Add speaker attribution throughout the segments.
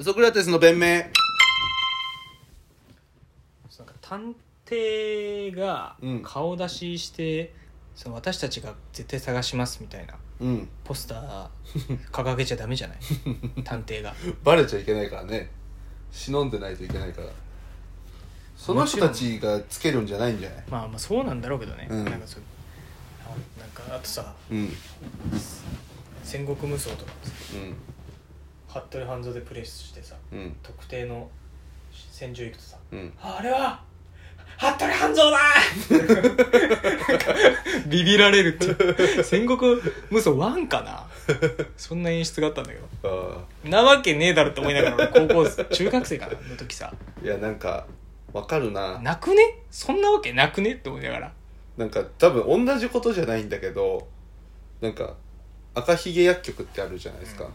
Speaker 1: ソクラテスの弁明
Speaker 2: なんか探偵が
Speaker 1: うん
Speaker 2: 顔出しして、その私たちが絶対探しますみたいな
Speaker 1: うん
Speaker 2: ポスタ ー掲げちゃダメじゃない探偵が
Speaker 1: バレちゃいけないからね忍んでないといけないからその人たちがつけるんじゃないんじゃない
Speaker 2: まあまあそうなんだろうけどね、
Speaker 1: うん
Speaker 2: なんかそうあなんかあとさ
Speaker 1: うんうん
Speaker 2: 戦国無双とかさ服部半蔵でプレスしてさ
Speaker 1: うん
Speaker 2: 特定の戦場行くとさ
Speaker 1: うん
Speaker 2: ああれは服部半蔵だビビられるっていう戦国無双ワンかなそんな演出があったんだけど
Speaker 1: ああ
Speaker 2: なわけねえだろって思いながら俺高校生中学生かなの時さ
Speaker 1: いやなんかわかるな
Speaker 2: なくねそんなわけなくねって思いながら
Speaker 1: なんか多分同じことじゃないんだけどなんか赤ひげ薬局ってあるじゃないですか、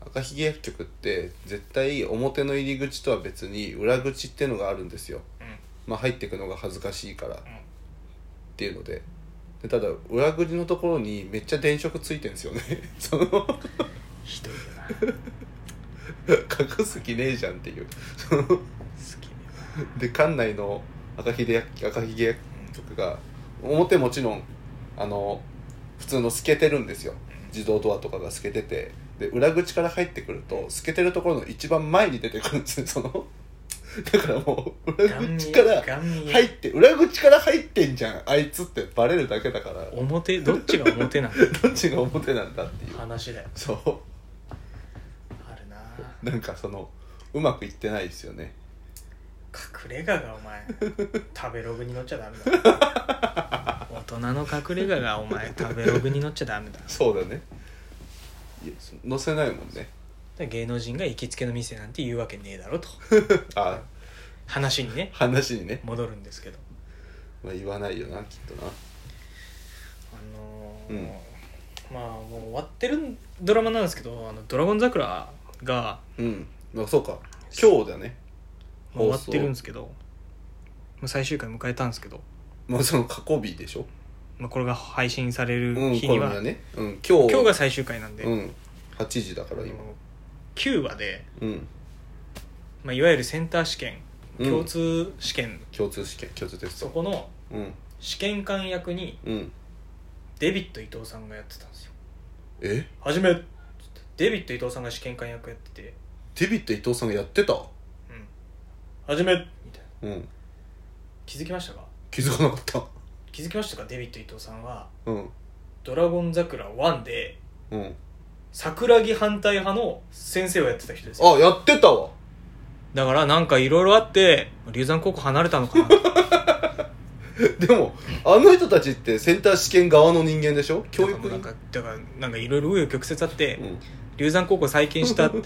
Speaker 1: 赤ひげ薬局って絶対表の入り口とは別に裏口ってのがあるんですよ
Speaker 2: うんうん
Speaker 1: まあ入ってくのが恥ずかしいからっていうのででただ裏口のところにめっちゃ電飾ついてるんですよね その
Speaker 2: ひどいよな
Speaker 1: 隠す気ねえじゃんっていうその
Speaker 2: 好きね
Speaker 1: で館内の赤ひげ赤ひげ局が表もちろんあの普通の透けてるんですよ自動ドアとかが透けててで裏口から入ってくると透けてるところの一番前に出てくるんですねそのだからもう裏
Speaker 2: ガン見
Speaker 1: 口
Speaker 2: え
Speaker 1: から
Speaker 2: ガン見え
Speaker 1: 入って裏口から入ってんじゃんあいつってバレるだけだから
Speaker 2: 表どっちが表なんだ
Speaker 1: どっちが表なんだっていう
Speaker 2: 話だよ
Speaker 1: そ
Speaker 2: あるな
Speaker 1: うなんかそのうまくいってないですよね
Speaker 2: 隠れ家がお前食べログに載っちゃダメだ大人の隠れ家がお前食べログに載っちゃダメだ
Speaker 1: そうだねいやそ載せないもんね
Speaker 2: で芸能人が行きつけの店なんて言うわけねえだろと
Speaker 1: あ
Speaker 2: 話にね
Speaker 1: 話にね、
Speaker 2: 戻るんですけど
Speaker 1: まあ、言わないよなきっとな
Speaker 2: あのー
Speaker 1: うん
Speaker 2: まあもう終わってるドラマなんですけど「あのドラゴン桜」が
Speaker 1: うん、まあ、そうか今日だね
Speaker 2: まあ終わ
Speaker 1: 放
Speaker 2: っ
Speaker 1: 送
Speaker 2: てるんですけどまあ最終回迎えたんですけど、
Speaker 1: まあその過去日でしょ
Speaker 2: まあ、これが配信され
Speaker 1: う
Speaker 2: る
Speaker 1: ん
Speaker 2: 日に
Speaker 1: 今
Speaker 2: は,、
Speaker 1: 夜ね、うん、今日
Speaker 2: 今日が最終回なんで、
Speaker 1: うん8時だから今
Speaker 2: 9話で、
Speaker 1: うん
Speaker 2: まあ、いわゆるセンター試験
Speaker 1: うん
Speaker 2: 共通試験、
Speaker 1: 共通試験共通テス
Speaker 2: そ
Speaker 1: ト
Speaker 2: この
Speaker 1: うん
Speaker 2: 試験官役に
Speaker 1: うん
Speaker 2: デビット伊藤さんがやってたんですよ
Speaker 1: え
Speaker 2: はじめつってデビット伊藤さんが試験官役やってて
Speaker 1: デビット伊藤さんがやってた
Speaker 2: 「うん、はじめ」みたいな
Speaker 1: うん
Speaker 2: 気づきましたか
Speaker 1: 気づかなかった
Speaker 2: 気づきましたかデビット伊藤さんは
Speaker 1: うん
Speaker 2: 「ドラゴン桜1」で
Speaker 1: うん
Speaker 2: 桜木反対派の先生をやってた人ですよ
Speaker 1: あやってたわ
Speaker 2: だからなんかいろいろあって龍山高校離れたのかな
Speaker 1: でもあの人たちってセンター試験側の人間でしょ 教育
Speaker 2: なんかだからなんかいろいろ紆余曲折あって
Speaker 1: うん
Speaker 2: 龍山高校再建した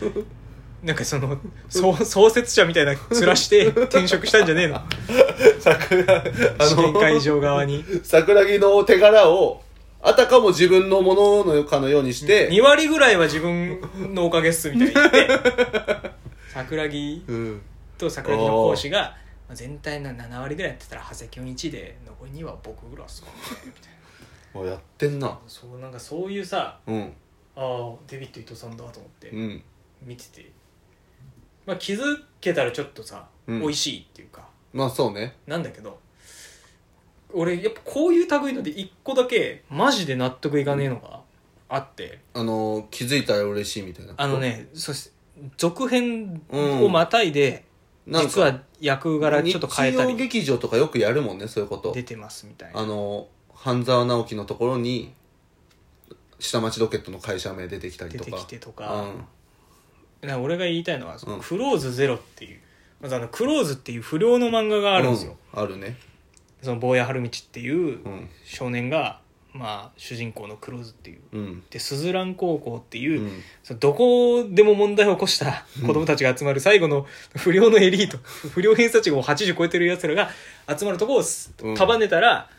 Speaker 2: なんかその創創設者みたいな面して転職したんじゃねえの
Speaker 1: 桜あ
Speaker 2: 試験会
Speaker 1: の
Speaker 2: 場側に
Speaker 1: 桜木の手柄をあたかも自分のもののかのようにして
Speaker 2: 2割ぐらいは自分のおかげっすみたいに言って 桜木
Speaker 1: うん
Speaker 2: と桜木の講師がまあ全体の7割ぐらいやってたら長谷君1で残り2は僕ぐらいっすかねみたい
Speaker 1: あやってんな
Speaker 2: なそうなんかそういうさ
Speaker 1: うん
Speaker 2: ああデビッド伊藤さんだと思って
Speaker 1: うん
Speaker 2: 見てて、まあ、気づけたらちょっとさ、
Speaker 1: うん
Speaker 2: 美味しいっていうか
Speaker 1: まあそうね
Speaker 2: なんだけど俺やっぱこういう類ので1個だけマジで納得いかねえのがあって
Speaker 1: あの気づいたら嬉しいみたいな
Speaker 2: あのねそし続編をまたいで、
Speaker 1: なんか
Speaker 2: 実は役柄ちょっと変えた
Speaker 1: 日曜
Speaker 2: り
Speaker 1: 劇場とかよくやるもんねそういうこと
Speaker 2: 出てますみたいな
Speaker 1: あの半沢直樹のところに下町ロケットの会社名出てきたり
Speaker 2: 出
Speaker 1: と
Speaker 2: て
Speaker 1: か
Speaker 2: きてとか,、
Speaker 1: うん
Speaker 2: 俺が言いたいのはその、
Speaker 1: うん
Speaker 2: クローズゼロっていうまずあのクローズっていう不良の漫画があるんですよ、
Speaker 1: うんあるね
Speaker 2: その坊谷春道っていう
Speaker 1: うん
Speaker 2: 少年が、まあ、主人公のクローズっていう
Speaker 1: うん
Speaker 2: でスズラン高校って
Speaker 1: う
Speaker 2: いう、
Speaker 1: ん
Speaker 2: そのどこでも問題を起こした子供たちが集まる最後の不良のエリート、不良偏差値を80超えてる奴らが集まるとこをす
Speaker 1: うん
Speaker 2: 束ねたら、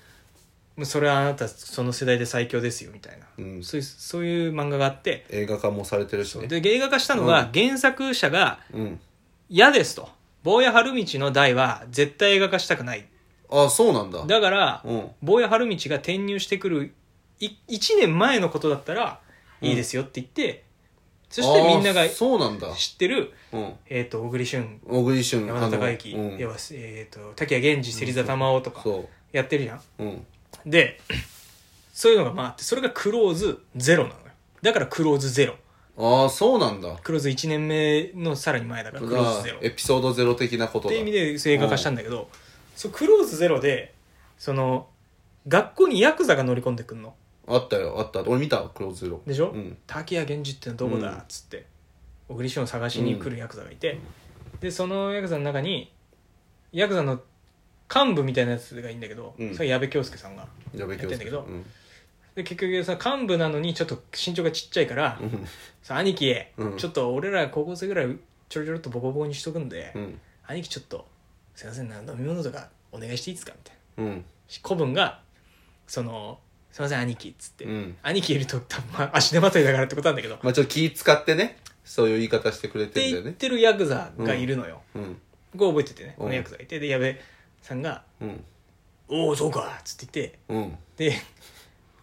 Speaker 2: もうそれはあなたその世代で最強ですよみたいな、
Speaker 1: うん
Speaker 2: そういうそういう漫画があって
Speaker 1: 映画化もされてるしね
Speaker 2: で映画化したのは原作者が
Speaker 1: うん
Speaker 2: 嫌ですと坊谷春道の代は絶対映画化したくない
Speaker 1: あそうなんだ
Speaker 2: だから
Speaker 1: うん
Speaker 2: 坊谷春道が転入してくる1年前のことだったらいいですよって言って、そしてみんな
Speaker 1: あ
Speaker 2: が
Speaker 1: ー
Speaker 2: 知
Speaker 1: そうなんだ。
Speaker 2: ってる、
Speaker 1: うん。
Speaker 2: えっ、と、小栗旬、
Speaker 1: 小栗旬。
Speaker 2: 山田孝之、
Speaker 1: あのうん
Speaker 2: 要は、えっ、と、滝谷源氏、芹沢玉緒とか、
Speaker 1: そ
Speaker 2: やってるじゃん。
Speaker 1: う。うん。
Speaker 2: で、 そういうのがまああって、それがクローズゼロなのよ。だからクローズゼロ。
Speaker 1: ああ、そうなんだ。
Speaker 2: クローズ1年目のさらに前だから、クローズゼロ。
Speaker 1: エピソードゼロ的なことだ。
Speaker 2: っていう意味でそう映画化したんだけど、そうクローズゼロでその学校にヤクザが乗り込んでくんの
Speaker 1: あったよ、あった。俺見た、クローズゼロ。
Speaker 2: でしょ、
Speaker 1: うん。
Speaker 2: 滝谷源氏ってのはどこだ
Speaker 1: うん
Speaker 2: っつって小栗旬を探しに来るヤクザがいて、でそのヤクザの中にヤクザの幹部みたいなやつがいいんだけど、
Speaker 1: うん
Speaker 2: それ矢部恭介さんが
Speaker 1: やべ
Speaker 2: やってんだけど
Speaker 1: うん。
Speaker 2: で結局さ幹部なのにちょっと身長がちっちゃいから「
Speaker 1: うん
Speaker 2: さ兄貴、
Speaker 1: うん
Speaker 2: ちょっと俺ら高校生ぐらいちょろちょろっとボコボコにしとくんで、
Speaker 1: うん。
Speaker 2: 兄貴ちょっとすいませんな飲み物とかお願いしていいですか?」みたいな。
Speaker 1: うん。
Speaker 2: 子分が「そのすいません兄貴」っつって、
Speaker 1: うん
Speaker 2: 兄貴いると多分、まあ、足手まといだからってことなんだけど、っ
Speaker 1: まあちょっと気使ってね、そういう言い方してくれて
Speaker 2: て
Speaker 1: んだよ
Speaker 2: 言っ
Speaker 1: ね。
Speaker 2: てるヤクザがいるのよ、
Speaker 1: うん。
Speaker 2: これ覚えててね
Speaker 1: うん
Speaker 2: このヤクザがいてで矢部さんが
Speaker 1: うん。
Speaker 2: 「おおそうか」っつって
Speaker 1: うん。
Speaker 2: 言ってで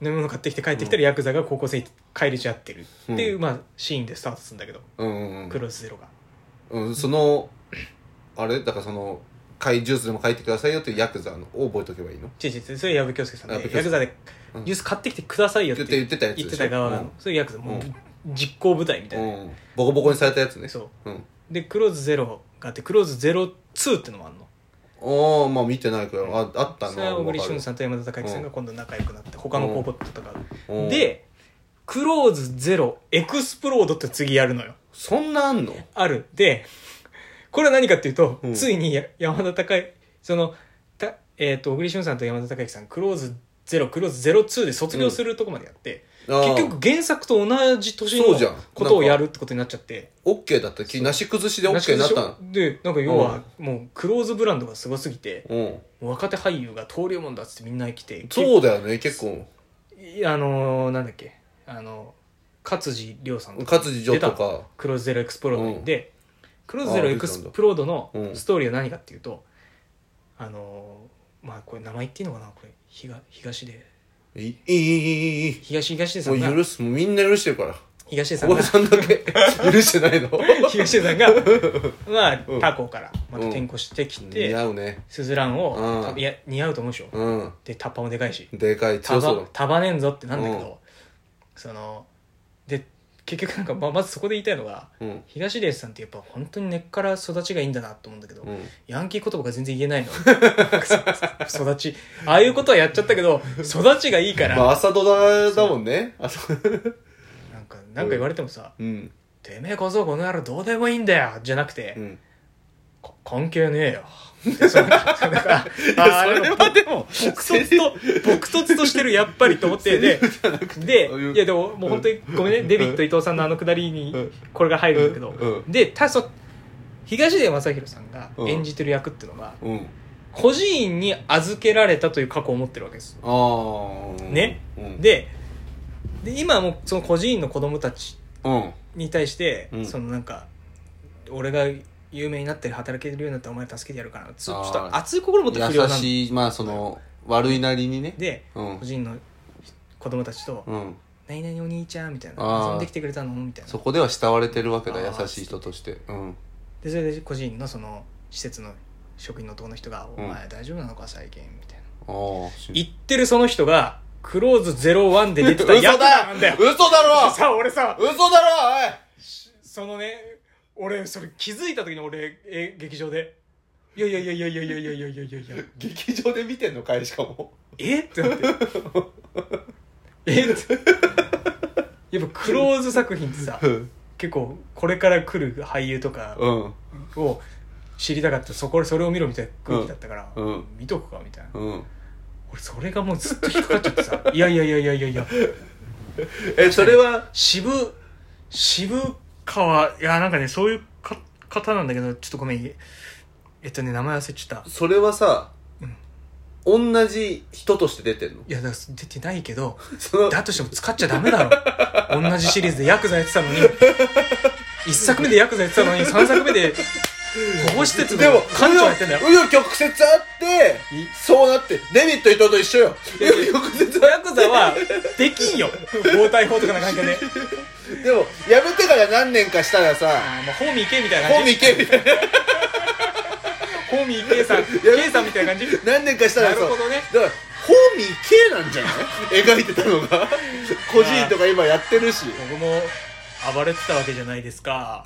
Speaker 2: 飲み物買ってきて帰ってきたらヤクザが高校生に帰れちゃってるっていう、
Speaker 1: う
Speaker 2: まあ、シーンでスタートするんだけど、
Speaker 1: うんうん
Speaker 2: クロスゼロが
Speaker 1: うん。うん。その、あれだからその、怪ジュースでも書いてくださいよっていうヤクザのを覚えとけばいいの
Speaker 2: 違う違うそれ矢部恭介さんで
Speaker 1: 矢部恭介
Speaker 2: ヤクザで
Speaker 1: うん
Speaker 2: ジュース買ってきてくださいよって
Speaker 1: 言って言ってたやつでし
Speaker 2: 言
Speaker 1: ょ
Speaker 2: ってた側なの、
Speaker 1: うん
Speaker 2: それヤクザもう
Speaker 1: うん
Speaker 2: 実行部隊みたいな、
Speaker 1: うん。ボコボコにされたやつね。
Speaker 2: そ
Speaker 1: う
Speaker 2: う
Speaker 1: ん。
Speaker 2: でクローズゼロがあってクローズゼロツーってのもあるの
Speaker 1: ああ、まあ見てないから、ああった
Speaker 2: それは
Speaker 1: な。
Speaker 2: 小栗旬
Speaker 1: ん。
Speaker 2: さんと山田孝之さんが今度仲良くなって他の高校と戦
Speaker 1: う、
Speaker 2: うんでクローズゼロエクスプロードって次やるのよ
Speaker 1: そんなあんの
Speaker 2: あるでこれは何かっていうと、
Speaker 1: うん
Speaker 2: ついにや山田孝之そのたえっと小栗旬さんと山田孝之さんクローズゼロクローズゼロツーで卒業するとこまでやって、結
Speaker 1: ああ、
Speaker 2: 局原作と同じ年
Speaker 1: そうじゃ
Speaker 2: の
Speaker 1: ん
Speaker 2: ことを
Speaker 1: なんか
Speaker 2: やるってことになっちゃって
Speaker 1: オッケーだった。きなし崩しでオッケーになったの。
Speaker 2: でなんか要はもうクローズブランドがすごすぎて、
Speaker 1: うん。
Speaker 2: 若手俳優が登竜門だっつってみんな来て
Speaker 1: そうだよね、結構。
Speaker 2: いあのーなんだっけあの勝地涼さん
Speaker 1: 勝地城と
Speaker 2: 出た
Speaker 1: か。
Speaker 2: クローズゼロエクスプロードに、
Speaker 1: うん
Speaker 2: でクローズゼロエクスプロードの
Speaker 1: うん
Speaker 2: ストーリーは何かっていうと、あのーまあこれ名前言っていいのかなこれ東東で
Speaker 1: いい、いい、いい、いい。
Speaker 2: 東東出さ
Speaker 1: も
Speaker 2: ん
Speaker 1: う
Speaker 2: が
Speaker 1: 許す、もうみんな許してるから。
Speaker 2: 東出さ
Speaker 1: 小
Speaker 2: んが
Speaker 1: 林さんだ け許してないの。
Speaker 2: 東出さんがまあ
Speaker 1: うん
Speaker 2: 他校からまた転校してき
Speaker 1: 似
Speaker 2: て
Speaker 1: 合うね。
Speaker 2: すずらんを
Speaker 1: うん
Speaker 2: いや似合うと思うでしょ
Speaker 1: うん。
Speaker 2: でタッパもでかいし
Speaker 1: でかい、強
Speaker 2: 束
Speaker 1: そう
Speaker 2: 束ねんぞってなんだけど、そので結局なんかままずそこで言いたいのが
Speaker 1: だ。うん。
Speaker 2: 東出さんってやっぱ本当に根っから育ちがいいんだなと思うんだけど、
Speaker 1: うん。
Speaker 2: ヤンキー言葉が全然言えないの育ちああいうことはやっちゃったけど育ちがいいから、
Speaker 1: まあ、朝ドラだもんね。朝
Speaker 2: なんかなんか言われてもさ「
Speaker 1: うん。
Speaker 2: てめえこそこの野郎どうでもいいんだよ」じゃなくて「
Speaker 1: うん。
Speaker 2: こ関係ねえよ」そのなんか あー
Speaker 1: それはでも、
Speaker 2: 撲突と、撲突としてる、やっぱりと思っ て、で、で
Speaker 1: そういう、
Speaker 2: いやでも、もう本当に、ごめんね、デビッド伊藤さんのあのくだりに
Speaker 1: うん、
Speaker 2: これが入るんだけど
Speaker 1: うん、
Speaker 2: で、たそ、東出昌宏さんが演じてる役っていうのは、
Speaker 1: うん。
Speaker 2: 孤児院に預けられたという過去を持ってるわけです。
Speaker 1: ああ。
Speaker 2: ね
Speaker 1: うん。
Speaker 2: で、で今もその孤児院の子供たち
Speaker 1: うん。
Speaker 2: に対して
Speaker 1: う、ん
Speaker 2: そのなんか、俺が有名になって働けるようになったらお前助けてやるからな、つちょ
Speaker 1: あー
Speaker 2: っと熱い心持って不良
Speaker 1: 優
Speaker 2: なん
Speaker 1: しい、まあ、その、悪いなりにね。
Speaker 2: で、
Speaker 1: うん
Speaker 2: 孤。児院の子供たちと、
Speaker 1: うん。
Speaker 2: 何々お兄ちゃんみたい
Speaker 1: あ
Speaker 2: な
Speaker 1: ー
Speaker 2: 遊んできてくれたのみたいな
Speaker 1: そこでは慕われてるわけだ、
Speaker 2: あー
Speaker 1: 優しい人として。うん。
Speaker 2: でそれで個人のその施設の職員の男の人が「
Speaker 1: うん
Speaker 2: お前大丈夫なのか最近」みたいな、
Speaker 1: ああ。
Speaker 2: 言ってるその人がクローズ01で出てたやつなんだよ
Speaker 1: 嘘だろ
Speaker 2: さあ俺さ
Speaker 1: 嘘だろ
Speaker 2: そのね俺それ気づいた時に俺え劇場で「いやいやいやいやいやいやいやいやいやいやいや
Speaker 1: おい劇場で見てんのかいしかも。
Speaker 2: えっ?」てなって「えっ?」てやっぱクローズ作品ってさ
Speaker 1: うん。
Speaker 2: 結構これから来る俳優とか
Speaker 1: うん。
Speaker 2: を知りたかったそこそれを見ろみたいな空気だったから、
Speaker 1: うんうん
Speaker 2: 見とくかみたいな
Speaker 1: うん。
Speaker 2: 俺それがもうずっと引っかかっちゃってさいやいやいやいやいやいや
Speaker 1: え、それは、
Speaker 2: 渋渋川いやなんかねそういうか方なんだけどちょっとごめんえっとね名前忘れちゃった
Speaker 1: それはさ
Speaker 2: うん、
Speaker 1: 同じ人として出てんの
Speaker 2: いやだから出てないけど
Speaker 1: その、
Speaker 2: だとしても使っちゃダメだろ同じシリーズでヤクザやってたのに1作目でヤクザやってたのに3作目で保護施設の
Speaker 1: でも、
Speaker 2: 館長やってんだよ
Speaker 1: 紆余曲折あって
Speaker 2: い、
Speaker 1: そうなって、デビット伊藤と一緒よ。
Speaker 2: い
Speaker 1: 紆
Speaker 2: やいや
Speaker 1: 余曲折あっ
Speaker 2: ヤクザはできんよ暴対法とかな関係で
Speaker 1: でもやめてから何年かしたらさ
Speaker 2: あーもうホーミー K みたいな
Speaker 1: ホー
Speaker 2: 感
Speaker 1: ミ
Speaker 2: じ
Speaker 1: ー系みたいな
Speaker 2: ホーミー K さん K さんみたいな感じ
Speaker 1: 何年かしたらさ
Speaker 2: なるほどね
Speaker 1: だからホーミー系なんじゃない 描いてたのが個人とか今やってるし
Speaker 2: 僕も暴れてたわけじゃないですか